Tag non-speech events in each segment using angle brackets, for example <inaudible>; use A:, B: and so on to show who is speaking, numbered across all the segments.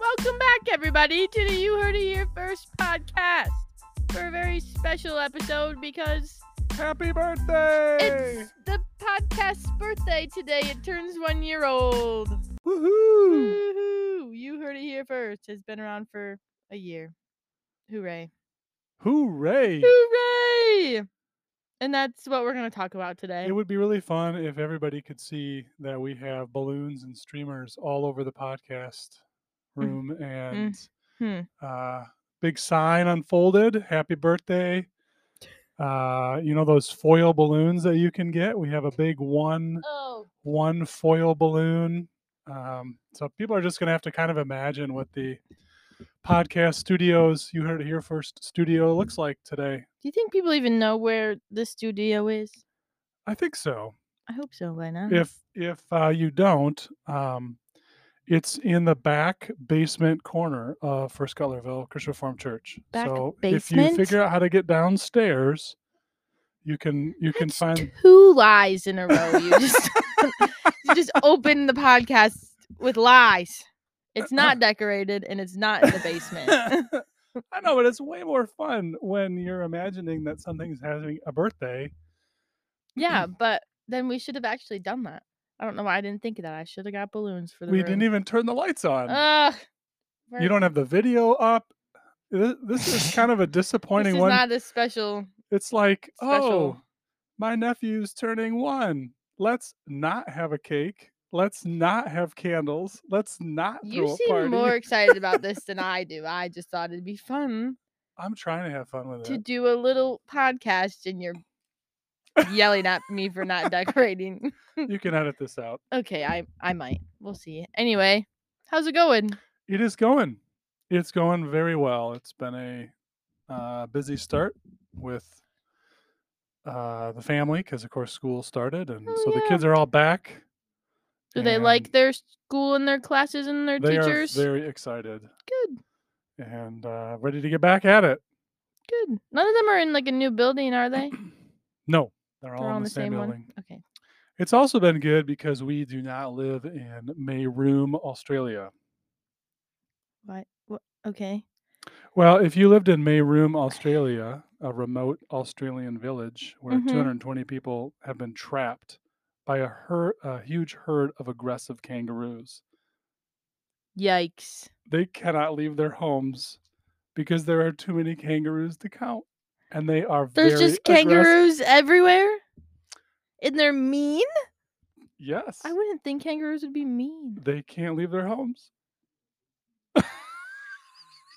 A: Welcome back, everybody, to the You Heard It Here First podcast for a very special episode because
B: Happy birthday!
A: it's the podcast's birthday today. It turns one year old.
B: Woohoo!
A: Woohoo! You heard it here first. It's been around for a year. Hooray!
B: Hooray!
A: Hooray! And that's what we're going to talk about today.
B: It would be really fun if everybody could see that we have balloons and streamers all over the podcast room and
A: mhm.
B: uh, big sign unfolded. Happy birthday. Uh, you know those foil balloons that you can get? We have a big one
A: Oh,
B: one foil balloon. Um, so people are just going to have to kind of imagine what the podcast studios you heard it here first studio looks like today.
A: do you think people even know where the studio is?
B: I think so.
A: I hope so by now.
B: If if uh, you don't, um, it's in the back basement corner of First Cutlerville Christian Reformed Church.
A: Back
B: so if
A: basement?
B: you figure out how to get downstairs, you can you can
A: That's
B: find
A: two lies in a row.
B: <laughs>
A: You just <laughs> you just open the podcast with lies. It's not decorated and it's not in the basement.
B: <laughs>
A: <laughs>
B: I know, but it's way more fun when you're imagining that something's having a birthday. <laughs>
A: yeah, but then we should have actually done that. I don't know why I didn't think of that. I should have got balloons for the
B: We
A: room. Oh,
B: didn't even turn the lights on.
A: Ugh.
B: you don't have the video up. Th- This
A: <laughs>
B: is kind of a
A: This
B: disappointing
A: is
B: one.
A: not a special.
B: it's like,
A: special.
B: oh, my nephew's turning one. Let's not have a cake. Let's not have candles. Let's not
A: You
B: throw a
A: seem
B: party.
A: more excited about this
B: <laughs>
A: than I do. I just thought it'd be fun
B: I'm trying to have fun with
A: to
B: it.
A: do a little podcast, and you're yelling at me for
B: <laughs>
A: not decorating.
B: You can edit this out.
A: Okay, I I might. We'll see. Anyway, how's it going?
B: It is going. It's going very well. It's been a uh, busy start with uh, the family because, of course, school started, and
A: Oh,
B: so the
A: yeah.
B: kids are all back.
A: Do they
B: and
A: like their school and their classes and their
B: They
A: teachers?
B: are very excited
A: Good.
B: and uh, ready to get back at it. <clears throat>
A: Good. None of them are in like a new building, are <clears throat> they?
B: No, they're all
A: They're
B: in the, same, building.
A: one. Okay.
B: It's also been good because we do not live in Mayroom, Australia.
A: Why? What? Okay.
B: Well, if you lived in Mayroom, Australia, a remote Australian village where
A: Mhm.
B: 220 people have been trapped by a, her- a huge herd of aggressive kangaroos,
A: Yikes.
B: they cannot leave their homes because there are too many kangaroos to count. And they are
A: There's
B: very
A: just
B: aggressive.
A: kangaroos everywhere, and they're mean.
B: Yes.
A: I wouldn't think kangaroos would be mean.
B: they can't leave their homes.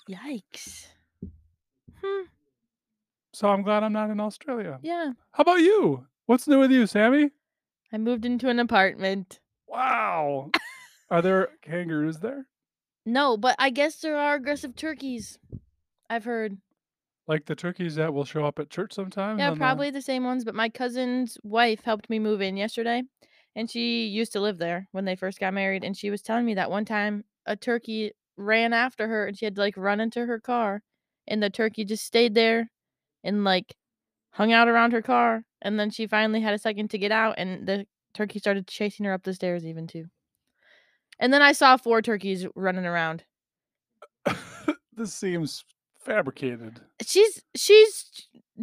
A: Yikes. Hmm.
B: So I'm glad I'm not in Australia.
A: Yeah.
B: How about you? What's new with you, Sammy?
A: I moved into an apartment. <laughs>
B: Wow. Are there kangaroos there?
A: No, but I guess there are aggressive turkeys. I've heard.
B: Like the turkeys that will show up at church sometimes?
A: Yeah,
B: on the-
A: probably the same ones, but my cousin's wife helped me move in yesterday, and she used to live there when they first got married, and she was telling me that one time a turkey ran after her and she had to like run into her car, and the turkey just stayed there and like hung out around her car, and then she finally had a second to get out, and the turkey started chasing her up the stairs even too. And then I saw four turkeys running around.
B: <laughs> this seems fabricated. <laughs>
A: She's she's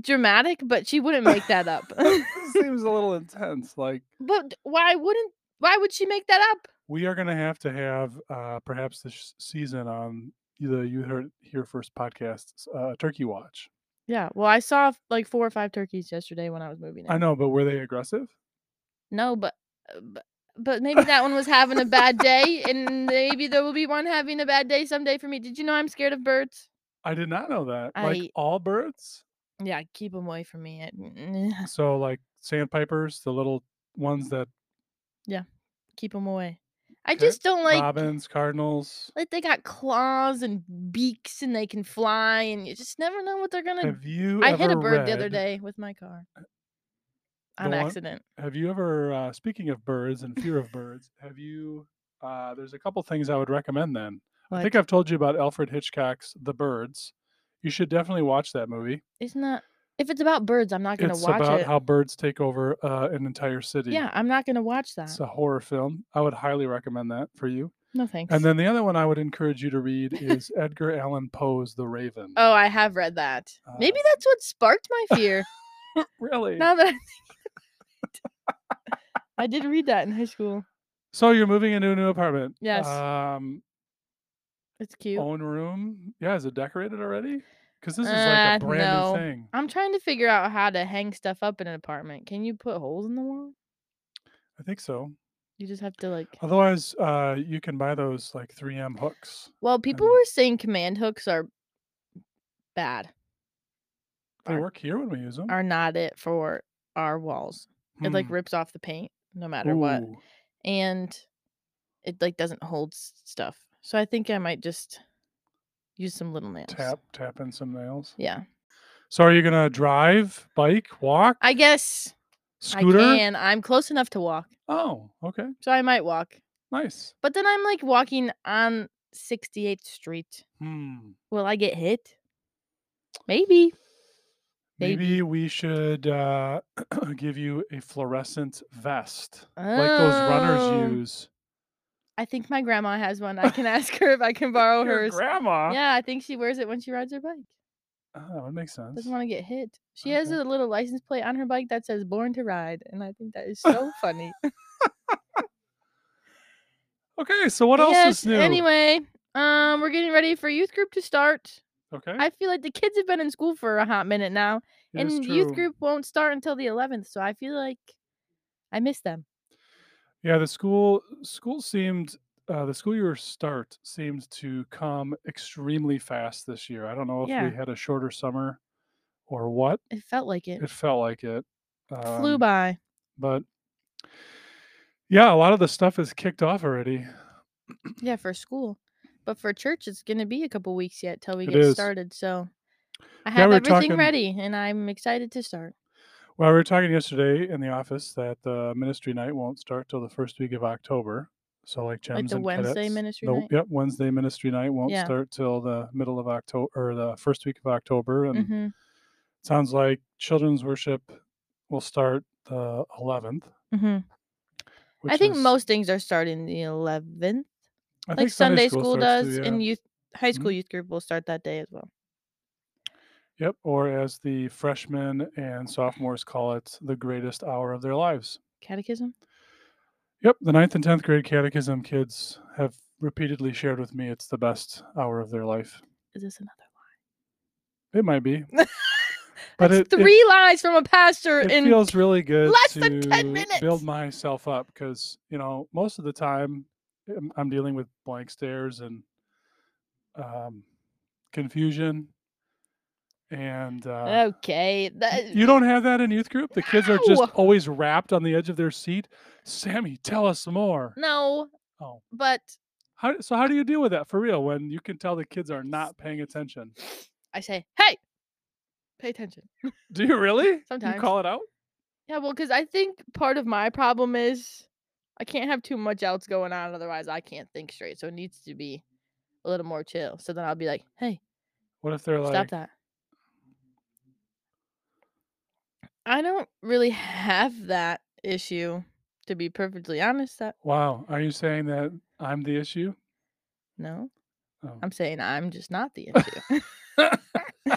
A: dramatic, but she wouldn't make that
B: <laughs>
A: up. <laughs>
B: this seems a little intense. Like,
A: But why wouldn't? Why would she make that up?
B: we are going to have to have uh, perhaps this season on the You Heard Here First podcast, uh, Turkey Watch.
A: Yeah. Well, I saw like four or five turkeys yesterday when I was moving.
B: I know, but were they aggressive?
A: No, but, uh, but but maybe that one was having a bad day, and maybe there will be one having a bad day someday for me. Did you know I'm scared of birds?
B: I did not know that.
A: I-
B: Like all birds?
A: Yeah, keep them away from me. I-
B: So, like sandpipers, the little ones that
A: <laughs> keep them away. I
B: Okay.
A: just don't like
B: robins, cardinals.
A: like they got claws and beaks, and they can fly, and you just never know what they're gonna.
B: Have you
A: I hit a
B: ever
A: bird the other
B: read-
A: day with my car
B: The
A: on
B: one-
A: accident.
B: Have you ever, uh, speaking of birds and fear of birds, have you? Uh, there's a couple things I would recommend then. I
A: What?
B: think I've told you about Alfred Hitchcock's The Birds. You should definitely watch that movie.
A: It's not. If it's about birds, I'm not gonna
B: It's
A: watch
B: about
A: it.
B: how birds take over uh, an entire city.
A: Yeah, I'm not gonna watch that.
B: It's a horror film. I would highly recommend that for you.
A: No thanks.
B: And then the other one I would encourage you to read
A: <laughs>
B: is Edgar Allan Poe's The Raven.
A: oh, I have read that.
B: Uh,
A: Maybe that's what sparked
B: <laughs>
A: my fear.
B: really?
A: now that I think about it. <laughs> I did read that in high school.
B: So you're moving into a new apartment.
A: Yes.
B: Um,
A: It's cute.
B: own room. Yeah, is it decorated already? Because this is
A: Uh,
B: like a brand
A: no.
B: new thing.
A: I'm trying to figure out how to hang stuff up in an apartment. Can you put holes in the wall?
B: I think so.
A: You just have to like.
B: Otherwise, uh, you can buy those like 3M hooks.
A: Well, people
B: Um,
A: were saying command hooks are bad.
B: They
A: Are-
B: work here when we use them.
A: Are not it for our walls. It like rips off the paint no matter what,
B: Hmm. Ooh.
A: and it like doesn't hold s- stuff. So I think I might just use some little nails.
B: Tap, tap in some nails.
A: Yeah,
B: So are you gonna drive, bike, walk,
A: I guess
B: scooter?
A: I can. I'm close enough to walk,
B: Oh, okay,
A: so I might walk.
B: nice.
A: But then I'm like walking on 68th Street.
B: Hmm.
A: Will I get hit? Maybe.
B: Maybe,
A: Maybe.
B: we should uh, <clears throat> give you a fluorescent vest like those runners
A: Oh,
B: use.
A: I think my grandma has one. I can ask her if I can borrow
B: <laughs> Your
A: hers.
B: grandma.
A: Yeah, I think she wears it when she rides her bike.
B: Oh, that would make sense.
A: Doesn't want to get hit. She has
B: Okay.
A: a little license plate on her bike that says "Born to Ride," and I think
B: <laughs>
A: that is so funny.
B: Okay, so what else
A: Yes,
B: is new?
A: Anyway, um, we're getting ready for youth group to start.
B: okay,
A: I feel like the kids have been in school for a hot minute now,
B: it is
A: and youth
B: true.
A: group won't start until the 11th. So I feel like I miss them.
B: Yeah, the school school seemed uh, the school year start seemed to come extremely fast this year. I don't know if
A: Yeah.
B: we had a shorter summer or what.
A: It felt like it.
B: It felt like it
A: Flew
B: um,
A: by.
B: but yeah, a lot of the stuff is kicked off already.
A: Yeah, for school. But for church, it's going to be a couple weeks yet till we
B: It
A: get
B: is.
A: started. So I
B: Yeah,
A: have
B: we were
A: everything
B: talking-
A: ready and I'm excited to start.
B: Well, we were talking yesterday in the office that the ministry night won't start till the first week of October. So, like gems
A: the
B: and
A: Wednesday
B: cadets,
A: ministry
B: the-
A: night?
B: Yep, Wednesday ministry night won't
A: Yeah.
B: start till the middle of October or the first week of October, and
A: hmm
B: sounds like children's worship will start the 11th.
A: hmm
B: Which
A: I think
B: is-
A: most things are starting the 11th,
B: I
A: like
B: think
A: Sunday, school,
B: starts uh Mm-hmm.
A: does,
B: too, yeah.
A: and youth high school youth group will start that day as well.
B: Yep, or as the freshmen and sophomores call it, the greatest hour of their lives.
A: Catechism.
B: Yep, the ninth and tenth grade catechism kids have repeatedly shared with me it's the best hour of their life.
A: Is this another?
B: It might be, but
A: But
B: it, it-
A: three lies from a pastor
B: it,
A: in
B: feels really good
A: less
B: to
A: than 10 minutes.
B: build myself up because you know most of the time I'm- I'm dealing with blank stares and um, confusion, and uh,
A: Ah, Okay.
B: y-
A: that-
B: you don't have that in youth group. The kids are just
A: No.
B: always wrapped on the edge of their seat. Sammy, tell us more.
A: No,
B: Oh.
A: but
B: How, so how do you deal with that for real when you can tell the kids are not paying attention?
A: I say, "Hey, pay attention."
B: Do you really? You
A: Sometimes.
B: call it out?
A: Yeah, well, because I think part of my problem is I can't have too much else going on, otherwise I can't think straight. So it needs to be a little more chill. So then I'll be like, "Hey,
B: What if they're like
A: stop that." I don't really <laughs> have that issue, to be perfectly honest. That
B: Wow, are you saying that I'm the issue?
A: no,
B: Oh.
A: I'm saying I'm just not the issue.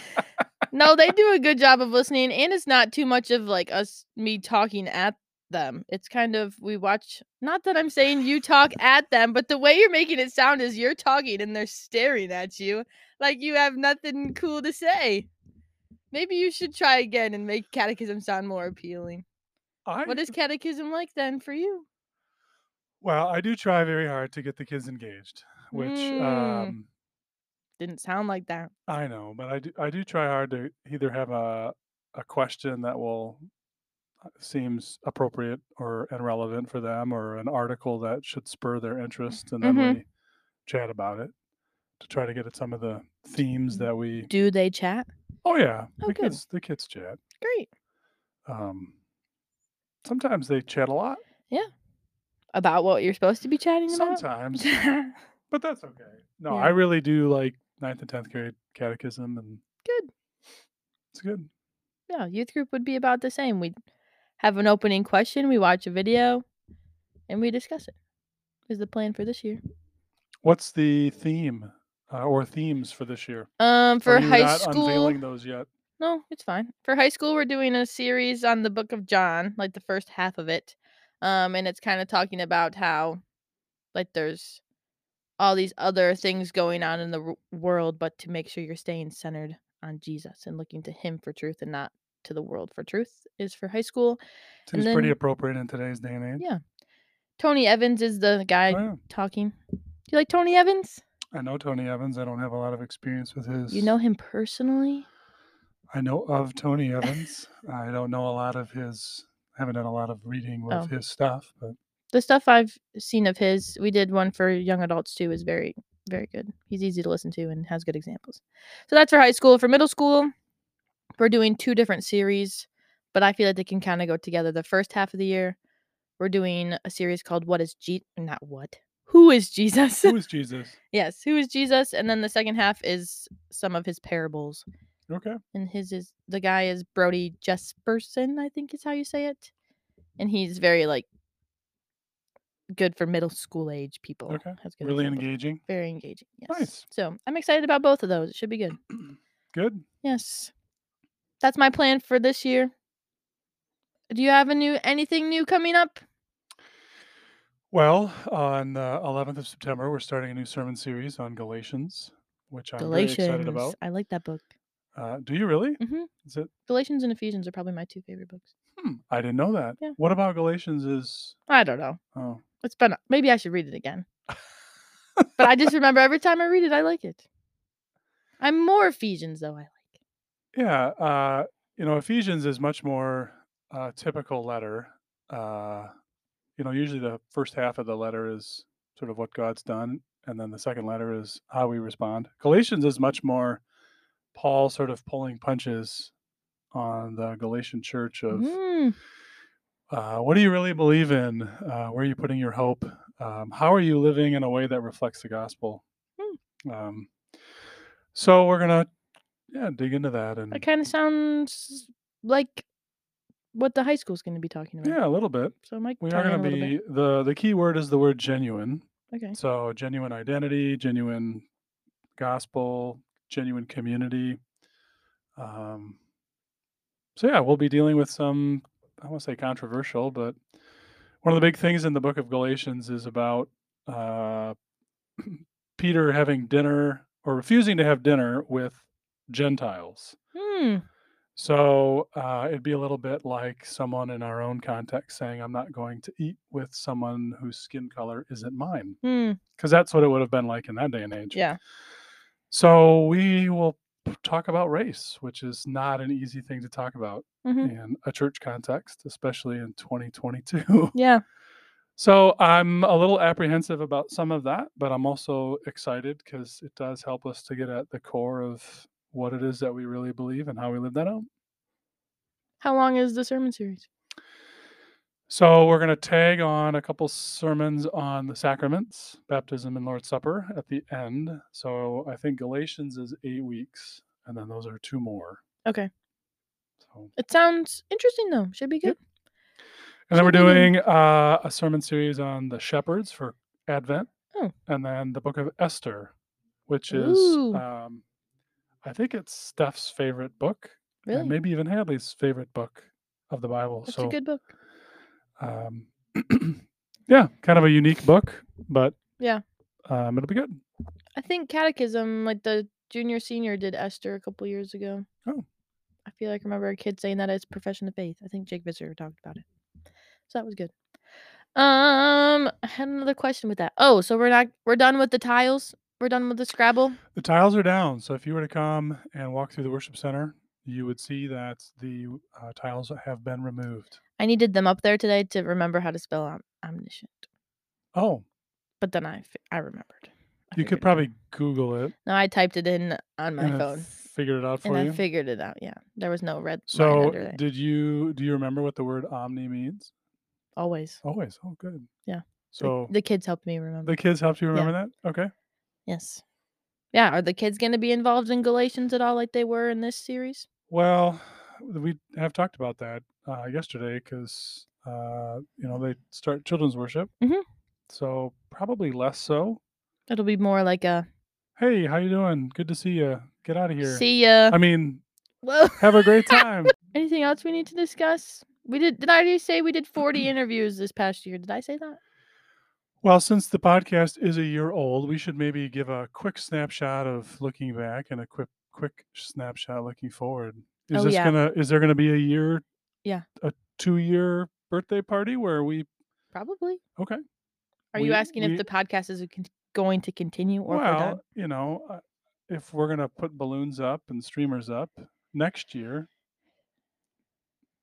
A: no, they do a good job of listening, and it's not too much of like us me talking at them. It's kind of we watch. Not that I'm saying you talk at them, but the way you're making it sound is you're talking and they're staring at you like you have nothing cool to say. Maybe you should try again and make catechism sound more appealing.
B: I,
A: What is catechism like then for you?
B: well, I do try very hard to get the kids engaged, which
A: Mm.
B: um,
A: Didn't sound like that.
B: I know, but I do I do try hard to either have a a question that will uh, seems appropriate or and relevant for them or an article that should spur their interest and then
A: Mhm.
B: we chat about it to try to get at some of the themes that we
A: Do they chat?
B: Oh yeah,
A: Mm-hmm. Oh,
B: the
A: good.
B: kids the kids chat.
A: Great.
B: Um, sometimes they chat a lot.
A: About what you're supposed to be chatting about? <laughs>
B: Sometimes, but that's okay. No,
A: Yeah.
B: I really do like ninth and tenth grade catechism, and
A: good.
B: it's good.
A: Yeah, youth group would be about the same. We'd have an opening question, we watch a video, and we discuss it. Is the plan for this year?
B: What's the theme uh, or themes for this year?
A: Um,
B: Or
A: for
B: you
A: high
B: not
A: school,
B: unveiling those yet.
A: no, it's fine. For high school, we're doing a series on the Book of John, like the first half of it, um, and it's kind of talking about how like there's all these other things going on in the w- world, but to make sure you're staying centered on Jesus and looking to Him for truth and not to the world for truth is for high school.
B: Seems
A: and
B: pretty
A: then
B: appropriate in today's day and age.
A: yeah, Tony Evans is the guy
B: Oh, yeah.
A: talking. Do you like Tony Evans?
B: I know Tony Evans. I don't have a lot of experience with his.
A: You know him personally?
B: I know of Tony
A: <laughs>
B: Evans. I don't know a lot of his. I haven't done a lot of reading
A: Oh.
B: of his stuff,
A: <laughs>
B: but
A: the stuff I've seen of his, we did one for young adults too, is very, very good. He's easy to listen to and has good examples. So that's for high school. For middle school, we're doing two different series, but I feel like they can kind of go together. The first half of the year, we're doing a series called What is Jesus? Not what. Who is Jesus? <laughs>
B: who is Jesus?
A: yes, who is Jesus? And then the second half is some of his parables.
B: Okay.
A: And his is the guy is Brody Jesperson, I think is how you say it. And he's very like good for middle school age people.
B: Okay.
A: Has good
B: Really
A: examples.
B: engaging. <clears throat>
A: Very engaging. Yes.
B: Nice.
A: So I'm excited about both of those. It should be
B: <clears throat>
A: good.
B: Good.
A: Yes. That's my plan for this year. Do you have a new anything new coming up?
B: Well, on the 11th of September, we're starting a new sermon series on Galatians, which I'm very excited
A: Galatians.
B: about.
A: I like that book.
B: Uh, do you really?
A: hmm
B: Is it?
A: Galatians and Ephesians are probably my two favorite books.
B: Hmm, I didn't know that.
A: Yeah.
B: What about Galatians is?
A: I don't know.
B: Oh,
A: It's been maybe I should read it again. but I
B: <laughs>
A: just remember every time I read it, I like it. I'm more Ephesians though. I like.
B: yeah. Uh, you know, Ephesians is much more uh, typical letter. Uh, you know, usually the first half of the letter is sort of what God's done, and then the second letter is how we respond. Galatians is much more Paul sort of pulling punches on the Galatian church of
A: Mm,
B: uh, what do you really believe in? Uh, where are you putting your hope? Um, how are you living in a way that reflects the gospel? Um, so we're gonna yeah dig into that and
A: that kind of sounds like what the high school's going to be talking about.
B: yeah a little bit.
A: So Mike,
B: We are
A: tune in a
B: gonna
A: little bit.
B: be the the key word is the word genuine.
A: Okay.
B: So genuine identity, genuine gospel, genuine community. Um, so yeah, we'll be dealing with some I won't say controversial, but one of the big things in the book of Galatians is about uh, <clears throat> Peter having dinner or refusing to have dinner with Gentiles.
A: Hmm.
B: So uh, it'd be a little bit like someone in our own context saying, I'm not going to eat with someone whose skin color isn't mine.
A: Hmm.
B: Because that's what it would have been like in that day and age.
A: Yeah.
B: So we will p- talk about race, which is not an easy thing to talk about
A: hmm
B: in a church context, especially in 2022.
A: Yeah.
B: <laughs> So I'm a little apprehensive about some of that, but I'm also excited because it does help us to get at the core of what it is that we really believe and how we live that out.
A: How long is the sermon series?
B: So we're going to tag on a couple sermons on the sacraments, baptism and Lord's Supper at the end. So I think Galatians is eight weeks, and then those are two more.
A: Okay.
B: So,
A: It sounds interesting though. Should be good.
B: Yep. and then we're
A: Should be good.
B: doing uh, a sermon series on the shepherds for Advent,
A: Oh.
B: and then the Book of Esther, which is
A: Ooh.
B: um, I think it's Steph's favorite book,
A: Really.
B: and maybe even Hadley's favorite book of the Bible.
A: That's
B: so
A: a good book.
B: um, <clears throat> yeah, kind of a unique book, but
A: Yeah.
B: um, it'll be good.
A: I think catechism, like the junior senior did Esther a couple years ago.
B: Oh.
A: I feel like I remember a kid saying that as profession of faith. I think Jake Visser talked about it. So that was good. Um I had another question with that. Oh, so we're not we're done with the tiles? We're done with the Scrabble?
B: The tiles are down, so if you were to come and walk through the worship center, you would see that the uh, tiles have been removed.
A: I needed them up there today to remember how to spell om- omniscient.
B: Oh,
A: But then I fi- I remembered. I
B: you
A: figured
B: could
A: it out.
B: probably Google it
A: No, I typed it in on my
B: and it
A: phone
B: figured it out
A: and
B: for
A: I
B: you.
A: figured it out. Yeah. There was no red line
B: so,
A: under it.
B: did you do you remember what the word omni means?
A: Always.
B: Always. Oh, good.
A: Yeah. The-
B: So
A: the kids helped me remember.
B: the kids helped you
A: Yeah.
B: remember that. Okay.
A: Yes. Yeah. Are the kids going to be involved in Galatians at all, like they were in this series?
B: Well, we have talked about that uh, yesterday because
A: Mm-hmm.
B: uh, you know they start children's worship,
A: Mhm.
B: so probably less so.
A: It'll be more like a
B: Hey, how you doing? Good to see you. Get out of here.
A: see ya.
B: I mean,
A: Whoa. <laughs>
B: have a great time.
A: Anything else we need to discuss? We did. Did I already say we did
B: <clears throat>
A: 40 interviews this past year? Did I say that?
B: Well, since the podcast is a year old, we should maybe give a quick snapshot of looking back and a quick quick snapshot looking forward. Is
A: Oh,
B: this
A: yeah.
B: gonna is there gonna be a year
A: Yeah.
B: a two year birthday party where we
A: Probably.
B: Okay.
A: Are
B: We-
A: you asking
B: we-
A: if the podcast is con- going to continue or if we're done?
B: well you know uh, if we're gonna put balloons up and streamers up next year.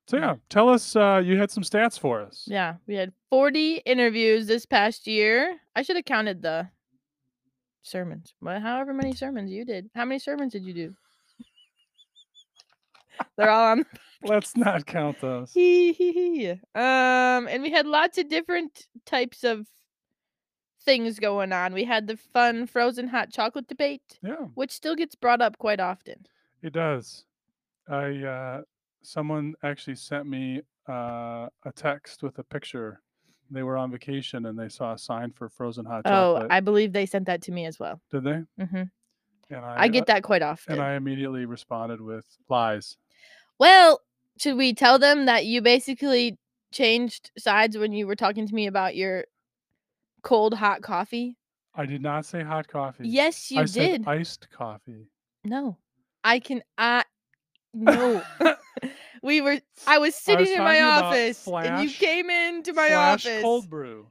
B: So
A: Yeah.
B: yeah, tell us uh, you had some stats for us.
A: Yeah, we had 40 interviews this past year. I should have counted the sermons, but however many sermons you did. How many sermons did you
B: <laughs>
A: do? They're all on.
B: Let's not count those.
A: Hee hee hee. Um, and we had lots of different types of things going on. We had the fun frozen hot chocolate debate,
B: Yeah,
A: which still gets brought up quite often.
B: it does. I uh, someone actually sent me uh, a text with a picture. They were on vacation and they saw a sign for frozen hot
A: Oh,
B: chocolate.
A: I believe they sent that to me as well.
B: Did they?
A: hmm
B: And I,
A: I get that quite often.
B: And I immediately responded with lies.
A: Well, should we tell them that you basically changed sides when you were talking to me about your cold hot coffee?
B: I did not say hot coffee.
A: Yes, you
B: I
A: did.
B: said
A: <laughs>
B: iced coffee. <laughs>
A: no. I can I no. we were I was sitting in my
B: talking about
A: office and you
B: flash-
A: came into my
B: slash
A: office.
B: cold brew.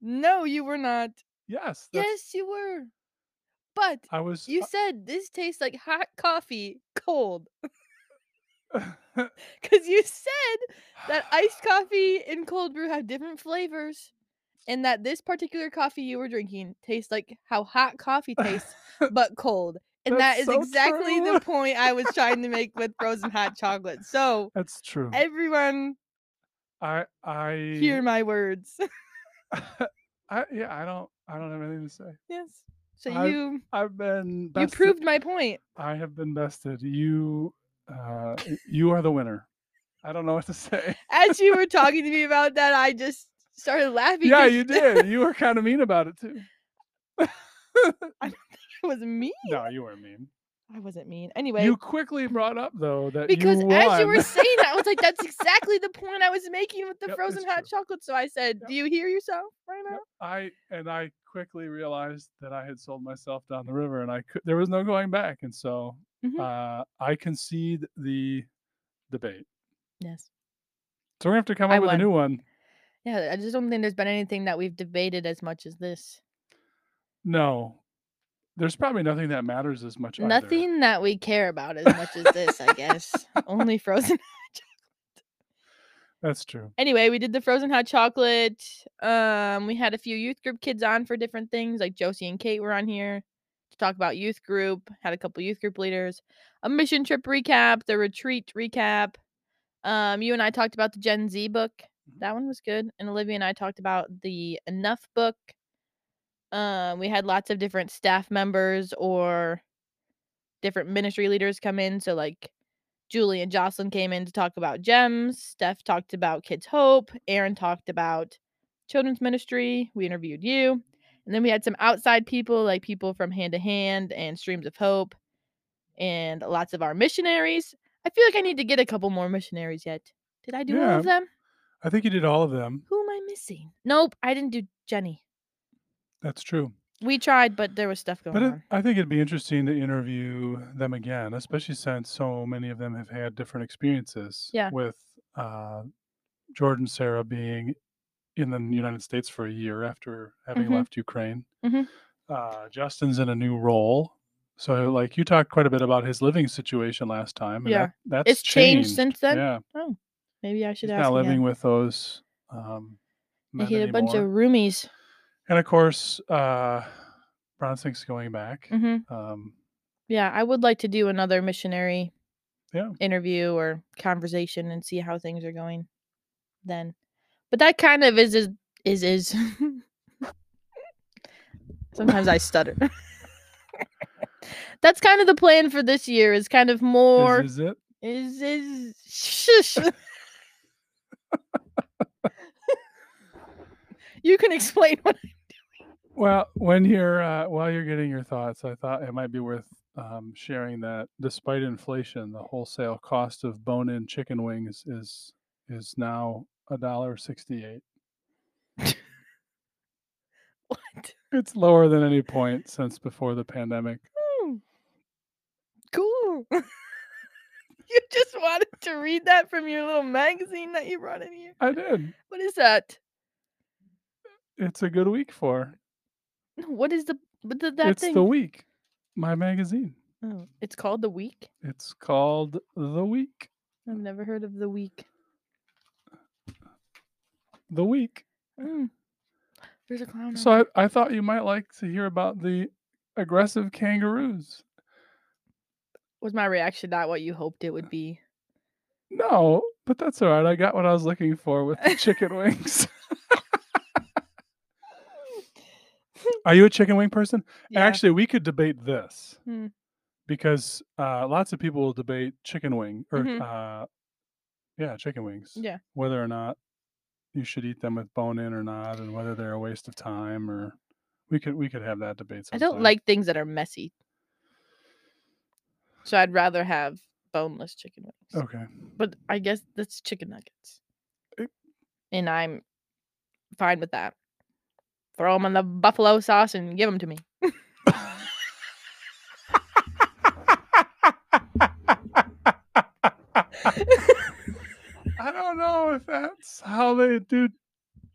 A: No, you were not.
B: Yes. That's,
A: Yes, you were. But
B: I was. <laughs>
A: you said this tastes like hot coffee cold cuz you said that iced coffee and cold brew have different flavors and that this particular coffee you were drinking tastes like how hot coffee tastes but
B: <laughs>
A: cold and
B: That's
A: that is
B: so
A: exactly
B: true.
A: the point i was trying to make with frozen hot chocolate
B: <laughs>
A: so
B: That's true.
A: everyone
B: I I
A: hear my words
B: <laughs>
A: <laughs>
B: I yeah, I don't I don't have anything to say.
A: yes so
B: I-
A: you
B: I've been
A: you
B: bested.
A: proved my point
B: I have been bested. You uh you are the winner. I don't know what to say.
A: <laughs>
B: <laughs>
A: as you were talking to me about that i just started laughing
B: yeah,
A: 'cause <laughs>
B: you did. You were kind of mean about it too.
A: it was me
B: No, you weren't mean.
A: i wasn't mean anyway
B: You quickly brought up though that
A: because
B: you
A: as you
B: won. <laughs>
A: were saying that, I was like, "That's exactly the point I was making with the
B: Yep, it's
A: frozen hot
B: true.
A: chocolate." So I said,
B: Yep.
A: "Do you hear yourself right now?"
B: Yep. I and I quickly realized that I had sold myself down the river and I could there was no going back and so
A: Mhm.
B: uh I concede the debate.
A: Yes.
B: So we're going to have to come
A: I
B: up with a
A: won.
B: new one.
A: Yeah, I just don't think there's been anything that we've debated as much as this.
B: No. There's probably nothing that matters as much. either.
A: Nothing that we care about as much as this, I guess.
B: <laughs>
A: Only frozen.
B: That's true.
A: Anyway, we did the frozen hot chocolate. Um, we had a few youth group kids on for different things, like Josie and Kate were on here to talk about youth group. Had a couple youth group leaders, a mission trip recap, the retreat recap. Um, you and I talked about the Gen Z book. That one was good. And Olivia and I talked about the Enough book. Um, we had lots of different staff members or different ministry leaders come in. So like Julie and Jocelyn came in to talk about gems. Steph talked about Kids Hope. Aaron talked about children's ministry. We interviewed you. And then we had some outside people, like people from Hand to Hand and Streams of Hope, and lots of our missionaries. I feel like I need to get a couple more missionaries yet. Did I do all
B: Yeah.
A: of them?
B: I think you did all of them.
A: Who am I missing? Nope, I didn't do Jenny.
B: That's true.
A: We tried, but there was stuff going
B: But it,
A: on.
B: I think it'd be interesting to interview them again, especially since so many of them have had different experiences.
A: Yeah.
B: With uh, Jordan Sarah being in the United States for a year after having
A: Mhm.
B: left Ukraine.
A: Mhm.
B: Uh, Justin's in a new role. So, like, you talked quite a bit about his living situation last time. and
A: Yeah.
B: that- that's
A: It's changed since then?
B: Yeah.
A: Maybe I should
B: He's
A: ask.
B: not living
A: again.
B: with those. Um,
A: They
B: men
A: get a bunch
B: anymore.
A: of roomies.
B: And of course, uh, Bronson's going back.
A: hmm
B: Um,
A: Yeah, I would like to do another missionary
B: Yeah.
A: interview or conversation and see how things are going then. But that kind of is is is, is. <laughs> Sometimes I stutter. <laughs> That's kind of the plan for this year is kind of more
B: is, is it?
A: is is
B: <laughs>
A: shush. you can explain what
B: Well, when you're uh, while you're getting your thoughts, I thought it might be worth um, sharing that despite inflation, the wholesale cost of bone-in chicken wings is is now a dollar sixty-eight.
A: What?
B: It's lower than any point since before the pandemic.
A: Hmm.
B: <laughs>
A: Cool. you just wanted to read that from your little magazine that you brought in here.
B: I did.
A: What is that?
B: It's a good week for.
A: No, What is the but the, that
B: it's
A: thing?
B: the week. My magazine.
A: oh, it's called the week.
B: It's called the week.
A: I've never heard of the week.
B: The week.
A: Mm. There's a clown.
B: So I, I thought you might like to hear about the aggressive kangaroos.
A: was my reaction not what you hoped it would be?
B: No, but that's all right. I got what I was looking for with the
A: <laughs>
B: chicken wings. <laughs> Are you a chicken wing person?
A: Yeah.
B: Actually, we could debate this
A: Hmm.
B: because uh, lots of people will debate chicken wing or
A: Mhm.
B: uh, yeah, chicken wings.
A: Yeah.
B: whether or not you should eat them with bone in or not, and whether they're a waste of time or we could we could have that debate.
A: I
B: Sometime.
A: don't like things that are messy. So I'd rather have boneless chicken wings.
B: Okay,
A: But I guess that's chicken nuggets.
B: Oh. Eh.
A: And I'm fine with that. Throw them on the buffalo sauce and give them
B: <laughs>
A: to me.
B: I don't know if that's how they do.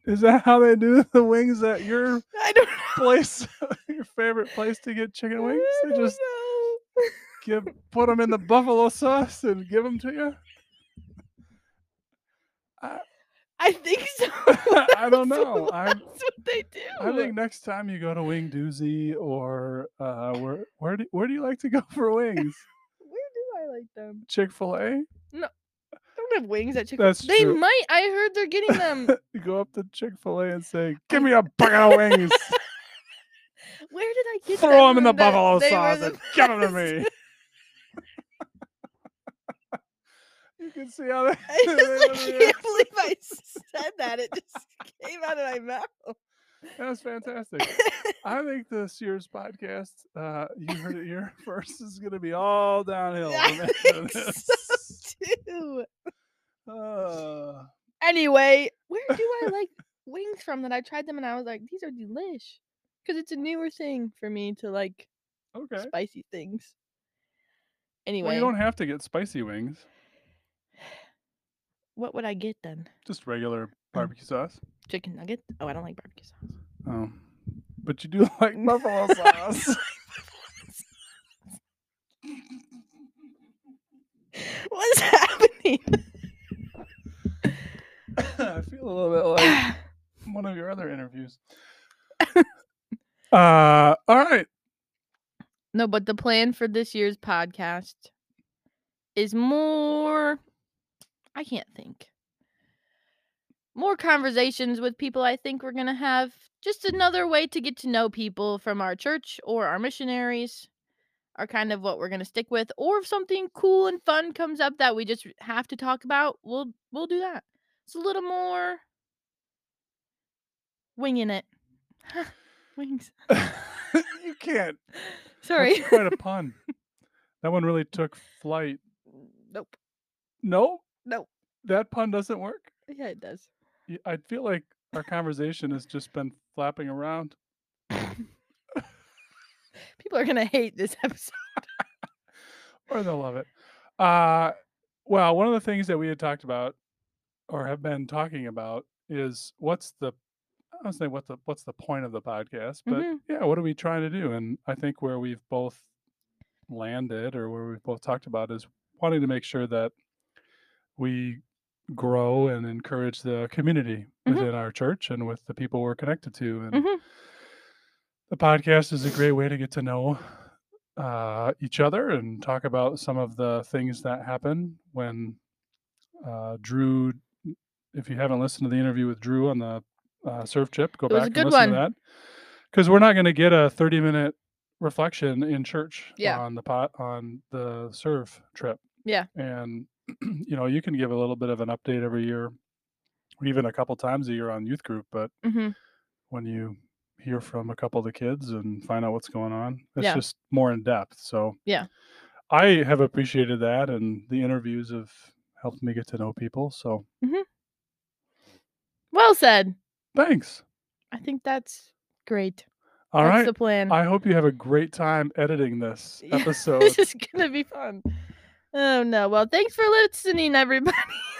B: Is that how they do the wings at your
A: <laughs> I don't
B: place, <laughs> your favorite place to get chicken wings? They just give put them in the buffalo sauce and give them to you.
A: I think so.
B: <laughs> I
A: <laughs>
B: don't
A: That's-
B: know. I'm-
A: That's what they do.
B: I think next time you go to Wing Doozy or uh, where where do where do you like to go for wings?
A: Where do I like them?
B: Chick Fil A.
A: I don't have wings at chicken.
B: That's
A: They
B: true.
A: might. I heard they're getting
B: <laughs>
A: them.
B: You go up to Chick Fil A
A: <laughs>
B: and say, "Give me a bucket of wings.
A: Where did I get that
B: Throw them in the
A: one that
B: buffalo
A: they were
B: sauce
A: the <laughs>
B: and give them to
A: best?
B: me." <laughs> you can see how
A: <laughs>
B: they. <laughs>
A: I
B: they
A: just like,
B: literally
A: can't believe I said that. It just came out of my mouth. <laughs>
B: That was fantastic. I think this year's podcast, uh, you heard it here <laughs> first, is going to be all downhill.
A: I <laughs>
B: from
A: think
B: after
A: so,
B: this.
A: Ew.
B: <laughs> Uh,
A: Anyway, where do I like wings from that I tried them and I was like, these are delish. Because it's a newer thing for me to like
B: okay.
A: spicy things. Anyway,
B: Well, you don't have to get spicy wings,
A: what would I get then?
B: just regular barbecue sauce.
A: Chicken nuggets? Oh, I don't like barbecue sauce. <laughs>
B: Oh. But you do <laughs> like buffalo sauce. <laughs>
A: What's happening?
B: I feel a little bit like <laughs> one of your other interviews. Uh, all right. <laughs>
A: No, but the plan for this year's podcast is more. I can't think. More conversations with people I think we're going to have. Just another way to get to know people from our church or our missionaries are kind of what we're going to stick with or if something cool and fun comes up that we just have to talk about, we'll we'll do that. It's a little more winging it. <laughs> Wings.
B: you <laughs> can't.
A: Sorry.
B: That's quite a pun. That one really took flight.
A: <laughs> nope.
B: No,
A: No.
B: that pun doesn't work.
A: Yeah, it does.
B: Y- I feel like our conversation has just been flapping around.
A: People are gonna hate this <laughs> episode.
B: or they'll love it. Uh, well, one of the things that we had talked about or have been talking about is what's the I don't say what the what's the point of the podcast, but
A: Mhm.
B: yeah, what are we trying to do? And I think where we've both landed or where we've both talked about is wanting to make sure that we grow and encourage the community
A: Mhm.
B: within our church and with the people we're connected to and
A: Mhm.
B: the podcast is a great way to get to know uh, each other and talk about some of the things that happen when uh, Drew. If you haven't listened to the interview with Drew on the uh, surf trip, go
A: It was a
B: back and
A: good
B: listen to
A: one.
B: that because we're not going to get a thirty-minute reflection in church
A: Yeah.
B: on the pot on the surf trip.
A: Yeah.
B: and <clears throat> you know you can give a little bit of an update Mm-hmm. every year, or even a couple times a year on youth group, but
A: Mhm.
B: when you hear from a couple of the kids and find out what's going on. It's
A: Yeah.
B: just more in depth. So
A: Yeah.
B: I have appreciated that, and the interviews have helped me get to know people. So
A: Well said.
B: thanks.
A: I think that's great.
B: All
A: that's
B: right.
A: the plan. <laughs>
B: I hope you have a great time editing this
A: Yeah,
B: episode.
A: this is gonna be fun. Oh no. Well, thanks for listening, everybody. <laughs> <laughs>